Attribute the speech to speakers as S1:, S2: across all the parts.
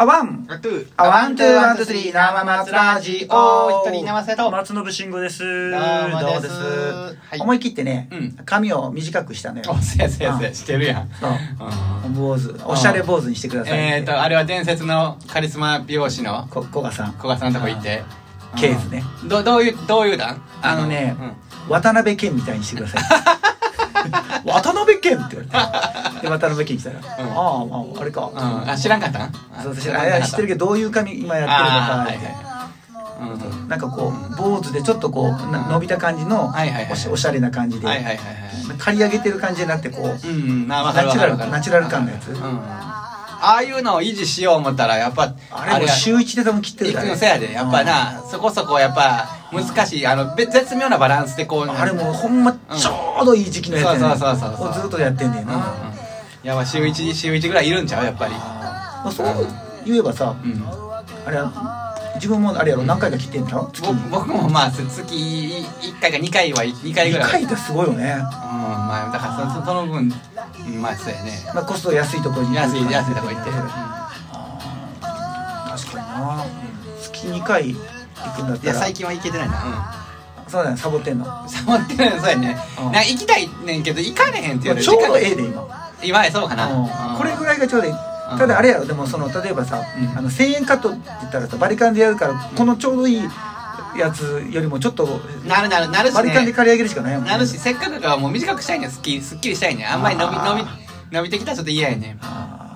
S1: あワン
S2: あと
S1: あワンツーワンツースリー生松ラジオ
S2: 一人生瀬と
S3: 松信慎吾です。
S2: どうもですはい
S1: 思い切ってね
S2: うん
S1: 髪を短くしたのよ
S2: おせやせ
S1: う
S2: やせ
S1: ん
S2: やしてるやん
S1: そう
S2: うん
S1: 坊主おしゃれ坊主にしてください
S2: えっとあれは伝説のカリスマ美容師の
S1: こ古賀さん
S2: 古賀さんのとこ行って
S1: うんケースね
S2: うんどどういうどういう段
S1: あのね渡辺謙みたいにしてください 渡辺謙って言われてで渡辺謙来たらああまああれ
S2: うんうん
S1: か
S2: あ知らんかったん
S1: そうそう知らんあいや知ってるけどどういう髪今やってるのかみたいな
S2: うんうん
S1: なんかこう坊主でちょっとこうな伸びた感じの
S2: はいはいはい
S1: おしおしゃれな感じで
S2: はいはいはいはい
S1: 刈り上げてる感じじゃなくてこう
S2: うんうんあわかる
S1: ナ
S2: わ
S1: チュ
S2: か
S1: ラル
S2: るわかる
S1: ナチュラル感のやつ
S2: うんああいうのを維持しよう思ったらやっぱ
S1: あれも
S2: や
S1: 週一で多分切ってる
S2: 行
S1: か
S2: く
S1: ら
S2: のせやでやっぱなそこそこやっぱ難しいあのべ絶妙なバランスでこう
S1: うんあれもうほんまちょうどいい時期のやつやね
S2: そうそうそうそうそう
S1: をずっとやってんねんな
S2: うんいやまあ週一週一ぐらいいるんちゃうやっぱり
S1: まあそう言えばさ
S2: うん
S1: あれ自分もあれやろ何回か切ってんだろ月
S2: ぼ
S1: 2
S2: 僕もまあ月1回か2回は2回ぐらい
S1: 回ってすごいよね
S2: うんまあだからそその分うんまあそうやね
S1: まあコスト安いところに
S2: 安い安いとこ行って
S1: 確かにな月2回行くんだっ
S2: い
S1: た
S2: や
S1: ら
S2: 最近は行けてないな
S1: そうだねサボってんの
S2: うんサボってないそうやね
S1: うん
S2: なんか行きたいねんけど行かれへんって
S1: ち
S2: 言
S1: ょ
S2: わ
S1: うど
S2: れ
S1: ええで今
S2: 今やそうかな
S1: うんこれぐ
S2: い
S1: らいがちょうどいいただあれやろでもその例えばさ、
S2: うん
S1: あの1000円カットって言ったらさバリカンでやるからこのちょうどいいやつよりもちょっと
S2: なるなるなるし
S1: バリカンで
S2: ね
S1: 刈り上げるしかないもんね
S2: なるしせっかくからもう短くしたいねんすっきりすっきりしたいねんあんまり伸び
S1: あ
S2: 伸
S1: ー
S2: び伸びてきたらちょっと嫌やねん
S1: あー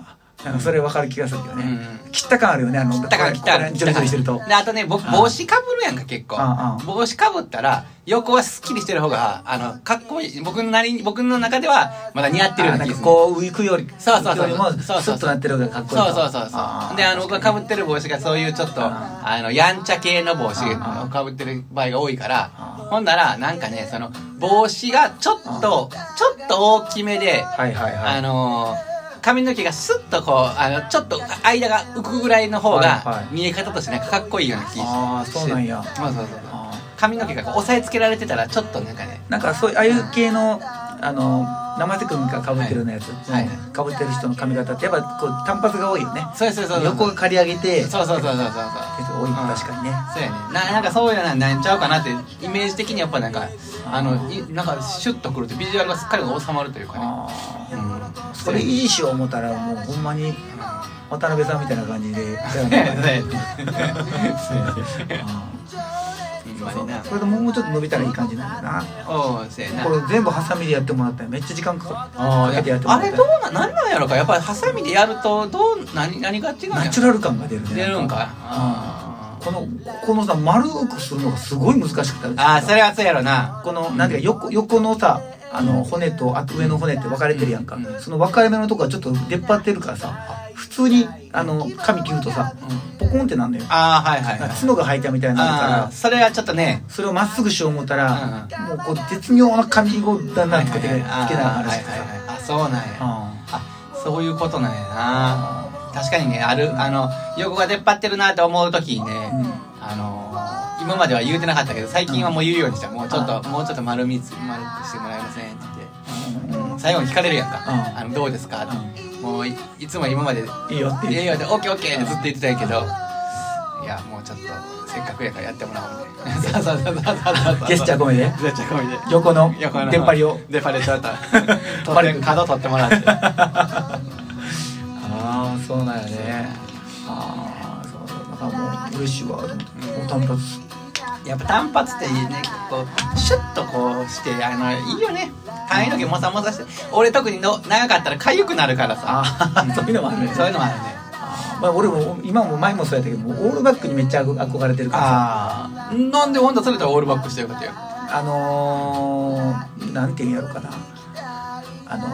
S1: なんかそれ分かる気がするけどね、
S2: うん
S1: 切った感あるよねあの
S2: 切ったから
S1: こ
S2: 切っ
S1: こ
S2: た
S1: こ
S2: から
S1: らジョリジョリしてると
S2: であとね僕
S1: うん
S2: 帽子かぶるやんか結構
S1: うんうん
S2: 帽子かぶったら横はすっきりしてる方があのかっこいい僕のなりに僕の中ではまだ似合ってるよう
S1: あ
S2: な
S1: なんか
S2: 気がする
S1: こう浮くより
S2: そうそうそう
S1: よりも
S2: そうそう
S1: スッとなってる方がかっこいい
S2: そう
S1: と
S2: そうそう
S1: あ
S2: そう
S1: ー
S2: であの僕がかぶってる帽子がそういうちょっとあのやんちゃ系の帽子
S1: あ
S2: をかぶってる場合が多いか
S1: あ
S2: らほんならなんかねその帽子がちょっとちょっと大きめで
S1: はいはいはい
S2: あのー髪の毛がスッとこうあのちょっと間が浮くぐらいの方
S1: はいは
S2: が
S1: い
S2: 見え方としてなんかかっこいいような気
S1: あー
S2: して
S1: そうなんや
S2: そうそうそうそう
S1: あ
S2: 髪の毛がこう押さえつけられてたらちょっとなんかね
S1: ーなんかそういうああいう系のあの生瀬君がかぶってるようなやつ、
S2: はいは
S1: かぶってる人の髪型ってやっぱこう単発が多いよね
S2: そうそうそうそう
S1: 横が刈り上げて
S2: そうそうそうそうそうそう
S1: 多い
S2: うん
S1: 確かにね
S2: そうやねななんかそういうのはなんちゃうかなってイメージ的にやっぱなんかあのいなんかシュッとくるってビジュアルがすっかり収まるというかね
S1: あ
S2: うん
S1: ーそれ維持しよう思ったらもうほんまに渡辺さんみたいな感じで
S2: そうやね
S1: あ
S2: そうやねほんまにな
S1: ーそれでもうちょっと伸びたらいい感じなんだよ
S2: おうそうやな
S1: なこれ全部ハサミでやってもらったらめっちゃ時間かかる
S2: あ
S1: かけてやってもら
S2: あ
S1: った
S2: れ
S1: ら
S2: どうな何なんやろかやっぱりハサミでやるとどう何何が違うんや
S1: ナチュラル感が出るね
S2: 出るんか
S1: あ
S2: あ
S1: このここのさ丸くするのがすごい難しくて
S2: あーそれはそうやろな
S1: このなんていうか横横のさあの骨とあと上の骨って分かれてるやんか、
S2: うん
S1: その分かれ目のとこはちょっと出っ張ってるからさ普通にあの髪切るとさポコンってなんだよ
S2: ああはいはいはい
S1: 角が生えたみたいになる
S2: あ
S1: か
S2: あそれはちょっとね
S1: らそれをまっすぐしよう思ったら、もうこう絶妙な髪をだんだんつけてつけな
S2: あー
S1: がら
S2: は
S1: し
S2: い
S1: て
S2: は
S1: さ
S2: いはいあそうなんや
S1: あ
S2: あそういうことなんやな確かにねあるあの横が出っ張ってるなと思う時にね、
S1: うん
S2: あのー今までは言うてなかったけど最近はもう言うようにしたもうちょっともうちょっと丸みつ丸くしてもらえませんって言って、最後に聞かれるやんか「
S1: うん
S2: あのどうですか?」って、もういいつも今まで
S1: ーいいよっ
S2: 「
S1: て
S2: いや
S1: 言
S2: いやでオッケーオッケー」ってずっと言ってたんやけどいやもうちょっとせっかくやからやってもらおうみたいな そうそうそうそうそうそう
S1: ゲスチャー込みで
S2: ジェスチャー込みで
S1: 横の出っ
S2: 横の
S1: 張りを
S2: 出っ張りちょっと
S1: バ
S2: 取
S1: レ
S2: っ
S1: る
S2: てて角取ってもら って
S1: ああそうなんやねああそうそうだからもう嬉しいわと思ってもう単発
S2: やっぱ単発っていいねこうシュッとこうしてあのいいよね髪の毛もさもさして俺特にの長かったら痒くなるからさ
S1: ああそういうのもあるね
S2: そういうのもあるね
S1: あーまあ俺も今も前もそうやったけどもうオールバックにめっちゃ憧れてるからさ
S2: ああなんでほんとそれとはオールバックしてよかったよ
S1: あのー、なんていうんやろかなあのー、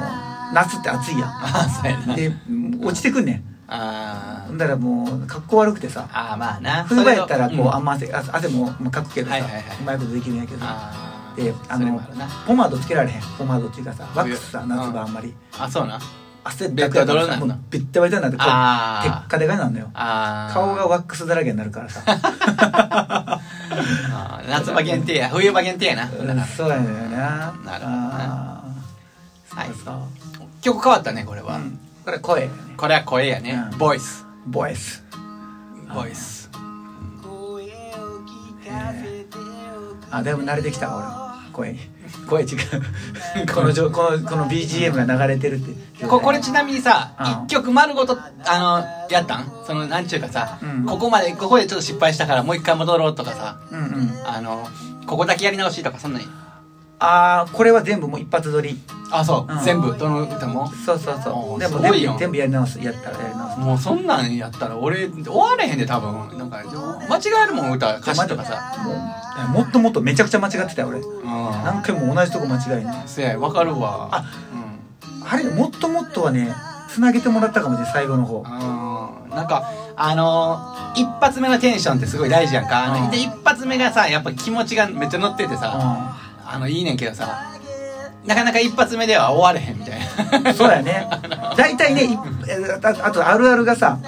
S1: 夏って暑いやん
S2: ああそうやな
S1: で落ちてくんねん
S2: あ
S1: ほ
S2: ー
S1: んだらもう格好悪くてさ
S2: あーまあな
S1: 冬場やったらこう、
S2: それと
S1: あんま汗汗汗もまあかくけどさ、
S2: はいはいはいう
S1: まいことできるんやけど
S2: あー
S1: であ
S2: それ
S1: の
S2: もあるな
S1: ポマードつけられへんポマードっていうかさワックスさ
S2: 冬
S1: 夏場あんまり
S2: あそうな
S1: 汗だくやから
S2: ベッドドロ
S1: さ
S2: な
S1: も
S2: んだ
S1: うベッタベタになってこう
S2: あ
S1: テ
S2: ー
S1: ッカテカになるのよ
S2: あー
S1: 顔がワックスだらけになるからさ
S2: あー夏場限定や冬場限定やな
S1: うんそうやねんよな
S2: なるほどな
S1: あー
S2: はい
S1: そうそう
S2: 曲変わったねこれは、
S1: うんこれ声
S2: これは声やね、
S1: うん
S2: ボイス
S1: ボイス
S2: ボイス
S1: あだいぶ慣れてきた俺も声に声違う このじょこのこの BGM が流れてるって
S2: ここれちなみにさ
S1: うん
S2: 一曲丸ごとあのやったんそのなんちゅうかさ、
S1: うん
S2: ここまでここでちょっと失敗したからもう一回戻ろうとかさ
S1: うんうん
S2: あのここだけやり直しとかそんなん
S1: ああこれは全部もう一発撮り
S2: あそう、
S1: うん
S2: 全部どの歌も
S1: そうそうそ
S2: おー
S1: うでも
S2: すごい
S1: 全
S2: よ
S1: 部全部やり直すやったらやり直す
S2: もうそんなんやったら俺終われへんで多分なんか間違えるもん歌歌詞とかさ
S1: もうえもっともっとめちゃくちゃ間違ってたよ俺
S2: う
S1: 何回も同じとこ間違えて
S2: んせやわかるわ
S1: あ
S2: うん
S1: あれもっともっとはねつなげてもらったかもしれない最後の方
S2: うんなんかあのー一発目のテンションってすごい大事やんかあの
S1: うん
S2: で一発目がさやっぱ気持ちがめっちゃ乗っててさ、あのいいねんけどさなかなか一発目では終われへんみた い
S1: うんそうやね大体ねいえあとあとあるあるがさ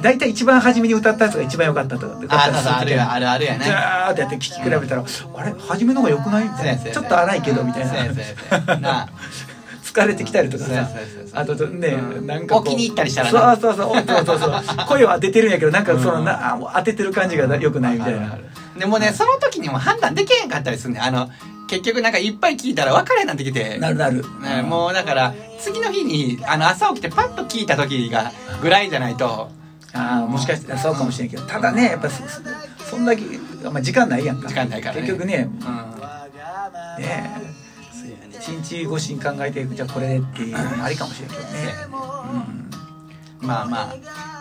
S1: 大体一番初めに歌ったやつが一番良かったとかって
S2: なあそうそうある
S1: や
S2: やあるあるや
S1: ジ
S2: ね
S1: ャーってやって聞き比べたらあれ初めの方が良くないみ
S2: そう
S1: た
S2: や
S1: い
S2: そう
S1: な
S2: や
S1: ちょっと荒いけどみたい
S2: そうや
S1: な
S2: そうやそうやなあ
S1: 疲れてきたりとか
S2: そうや
S1: さ
S2: そうやそうやそうや
S1: あとね、
S2: うん
S1: なんかこう
S2: お気に入ったりしたらな
S1: そうそうそうそうそう そう声を当ててるんやけどなんかその、
S2: うん
S1: なあもう当ててる感じ が良くないみたい
S2: あるあ
S1: な
S2: るでもねその時にも判断できへんかったりするねんあの結局なんかいっぱい聞いたら別れなんてきて
S1: なるなる、
S2: ね、もうだから次の日にあの朝起きてパッと聞いた時がぐらいじゃないと
S1: ああもしかしたらそうかもしれんけどただねやっぱそそそんだけ、まあ、時間ないやんか
S2: 時間ないからね
S1: 結局ね
S2: うん
S1: ね
S2: そうやね
S1: 一日越しに考えてじゃあこれっていうのもありかもしれんけどねうん
S2: まあまあ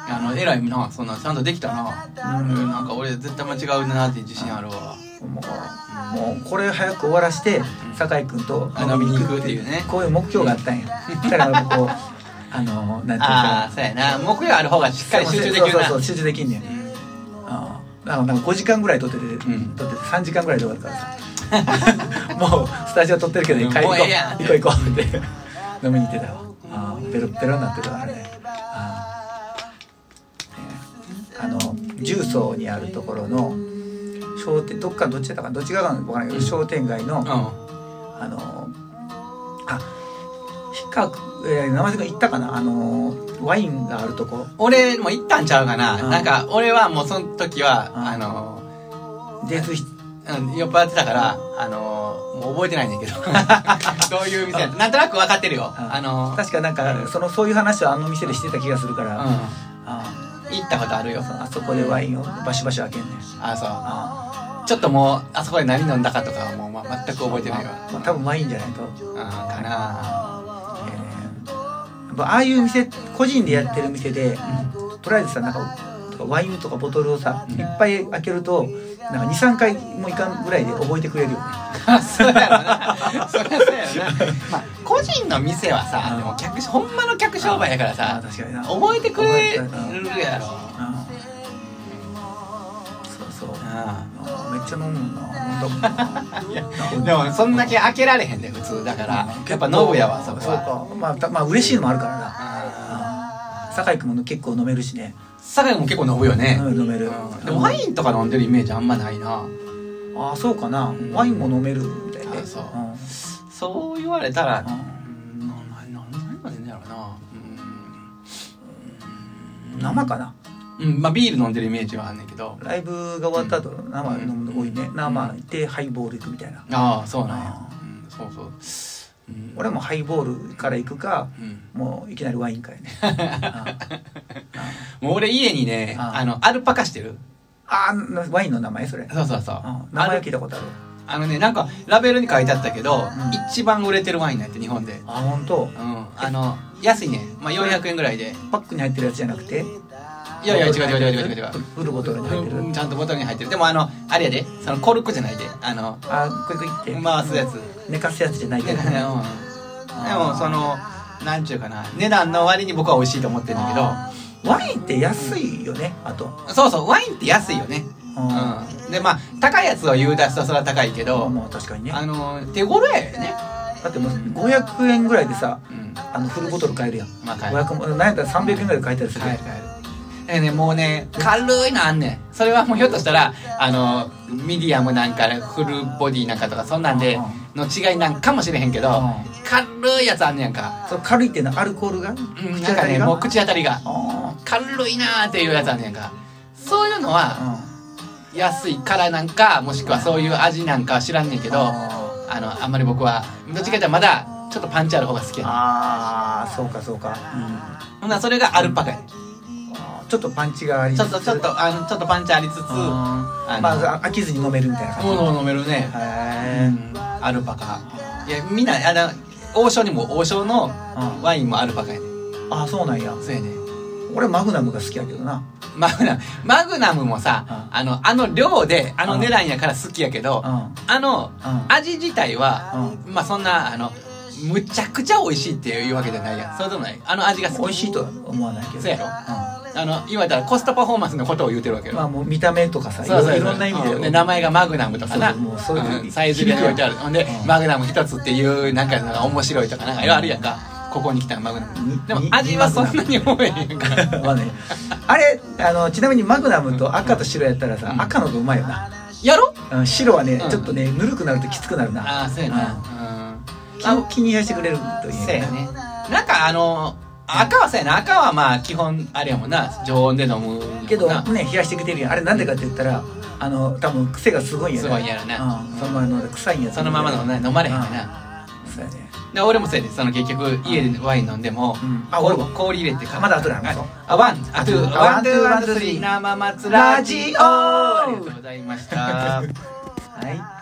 S2: あの偉いなそんなちゃんとできたな、う
S1: うん
S2: ん、なんか俺絶対間違うなって自信あるわ
S1: もうもうこれ早く終わらして酒井君と
S2: 飲みに行くっていうね
S1: こういう目標があったんやだからこうあのなんていう
S2: あ
S1: か
S2: あそうやな目標ある方がしっかり集中できるな
S1: そうそうそう集中できんねんああなんかなんか5時間ぐらい撮ってて、
S2: ん
S1: 撮ってて3時間ぐらいで終わるから さもうスタジオ撮ってるけど
S2: うん
S1: 帰り
S2: も
S1: 行こ
S2: う
S1: う
S2: ええやん
S1: 行こう行こうって飲みに行ってたわああペロッペロになってたからねああねあの重曹にあるところの商店どっかどっちだったかなどっち側か分からないけど、商店街の、
S2: う
S1: あのあ比較、えー、名前が言ったかなあのワインがあるとこ
S2: ん、俺も行ったんちゃうかな、
S1: うん
S2: なんか俺はもうその時は、
S1: うん
S2: あの、
S1: デート
S2: うん、酔っ払ってたからあのもう覚えてないねん だけどどういう店やったなんとなく分かってるよ、
S1: うん
S2: あの
S1: 確かなんかそのそういう話をあの店でしてた気がするから、あ
S2: う
S1: あ
S2: ん、行ったことあるよ
S1: あそこでワインをバシバシ開けんねん
S2: あそ
S1: あ
S2: うちょっともうあそこで何飲んだかとかはもう、まあ、全く覚えてないわ
S1: あ、まあ、多分ワインじゃないと、
S2: うんかな
S1: えーやっぱああいう店個人でやってる店で、とりあえずさなんかとかワインとかボトルをさいっぱい開けるとなんか23回もいかんぐらいで覚えてくれるよね
S2: あそうやろなそりゃそうやろな、まあ、個人の店はさでも客ほんまの客商売やから
S1: あ
S2: さ
S1: 確かにな
S2: 覚えてくれる
S1: 覚えてくれる
S2: やろ
S1: あそうそう
S2: あ
S1: あめっちゃ飲むな 飲んだもん
S2: で
S1: な
S2: もそんだけ開けられへんで普通だからやっぱノブやわそこ
S1: そう
S2: は
S1: かまあたまあ嬉しいのもあるからな
S2: あ
S1: 酒井君も結構飲めるしね、
S2: ー酒井も結構飲むよね、
S1: うん飲める、
S2: うんでもワインとか飲んでるイメージあんまないな
S1: ああそうかな、
S2: ん
S1: ワインも飲めるみたい
S2: あ
S1: ね
S2: そうんそう言われたら
S1: う
S2: うんなな何が出んねやろなうん
S1: ん生かな
S2: うんまあビール飲んでるイメージはあんねんけど
S1: ライブが終わった後生飲むの多いね、
S2: うん
S1: 生行ってハイボール行くみたいな、
S2: ああそうなんや
S1: あ、
S2: うん、そうそう、うん、
S1: 俺はもうハイボールから行くか
S2: うん、
S1: もういきなりワインからね あ
S2: もう俺家にね
S1: あ
S2: あのアルパカしてる
S1: あーワインの名前それ
S2: そうそうそう
S1: あ
S2: あ
S1: 名前
S2: る
S1: 聞いたことある
S2: あのねなんかラベルに書いてあったけど、
S1: ん
S2: 一番売れてるワインなんやって日本で、うん、
S1: あ本当
S2: あの安いね、まあ、400円ぐらいで
S1: パックに入ってるやつじゃなくて
S2: いやいや違う違う違う違う違う違う
S1: フルボトルに入ってる、
S2: うんちゃんとボトルに入ってるでもあのあれやでそのコルクじゃないであの
S1: あクイクイって
S2: 回すやつ
S1: 寝かすやつじゃない
S2: で
S1: け
S2: うん
S1: ど、
S2: でもそのなんちゅうかな値段の割に僕は美味しいと思ってるんだ
S1: ワインって安いよね、あと
S2: けどそうそうワインって安いよね
S1: あ
S2: うんでまあ高いやつを言う出すとそれは高いけ
S1: ー
S2: ど
S1: まあ確かにね
S2: あの手頃やよね
S1: だってもう500円ぐらいでさ
S2: うん
S1: あのフルボトル買えるやん
S2: まあ買える
S1: 500も何やったら300円ぐらいで買えたりする
S2: 買え
S1: やん
S2: る買えるだからねもうね軽いのあんねんそれはもうひょっとしたらあのミディアムなんかフルボディなんかとかそんなんでの違いなんかもしれへんけど
S1: うん
S2: 軽いやつあんねやんか
S1: そう軽いっていうのはアルコールが、
S2: うん
S1: 口
S2: な
S1: 当
S2: んか
S1: たり
S2: ね
S1: が
S2: もう口当たりが
S1: あ
S2: 軽いなーっていうやつあんねんかそういうのは安いからなんかもしくはそういう味なんかは知らんねんけどあ
S1: あ
S2: のあんまり僕はどっちかっていうとまだちょっとパンチある方が好きやねん
S1: あーそうかそうか、うん
S2: ほんならそれがアルパカやねん
S1: あーちょっとパンチがあり
S2: ちょ
S1: つ
S2: っ
S1: つ
S2: とちょっとあのちょっとパンチありつつ
S1: あー
S2: あの
S1: まあ飽きずに飲めるみたいな感じ、
S2: もの飲めるね
S1: へー
S2: うんアルパカいやみんなあの王将にも王将の
S1: うん
S2: ワインもアルパカやねん
S1: あそうなんや
S2: そうやねん
S1: 俺マグナムが好きやけどな
S2: マグナムマグナムもさ
S1: う
S2: あのあの量であの値段やから好きやけど
S1: うんうん
S2: あの
S1: あ
S2: 味自体はまあそんなあのむちゃくちゃ美味しいっていうわけじゃないやんそうでもないあの味が
S1: 美
S2: 好
S1: 味
S2: き
S1: しいとは思わないけど
S2: そうやろ
S1: う
S2: あの言われたらコストパフォーマンスのことを言うてるわけ
S1: ん
S2: よ、
S1: まあもう見た目とかさ
S2: そうそうそう
S1: いろんな意味で、
S2: うん名前がマグナムとかな
S1: そうもうそういう
S2: うんサイズで置いてあるほんで、
S1: うん
S2: マグナム一つっていうなんかなんか面白いとかなんかよあるやんかここに来たらマグナムでも
S1: に
S2: 味はそんなに多いやんか
S1: まあね、あれあのちなみにマグナムと赤と白やったらさ、
S2: うん
S1: 赤の方がうまいよな、
S2: やろ
S1: うん、白はね、
S2: うん
S1: ちょっとねぬるくなるときつくなるな
S2: ああそうやなうん
S1: 気を
S2: あ
S1: 気に入らせてくれるという
S2: そうやねなんかあの赤はそうやな赤はまあ基本あれやもんな常温で飲むんやもんな
S1: けどね冷やしてきてるやんあれなんでかって言ったらあの多分癖がすごいんや
S2: すごいんやろな
S1: うん、そのまま飲んだら臭いんや
S2: そのままの
S1: ね
S2: 飲まれへんからな
S1: そうやね
S2: で俺もそうやねその結局家でワイン飲んでも、
S1: うんあ
S2: あ
S1: 俺
S2: 俺
S1: も
S2: も氷入れてか
S1: まだ後で話そう
S2: あワンあトゥー
S1: あ
S2: ワントゥー
S1: ワ
S2: ワ
S1: ン
S2: ン
S1: ト
S2: ト
S1: ゥー
S2: ゥースリー生松ラ
S1: ラ
S2: ジ
S1: ジオ
S2: オありがとうございました
S1: はい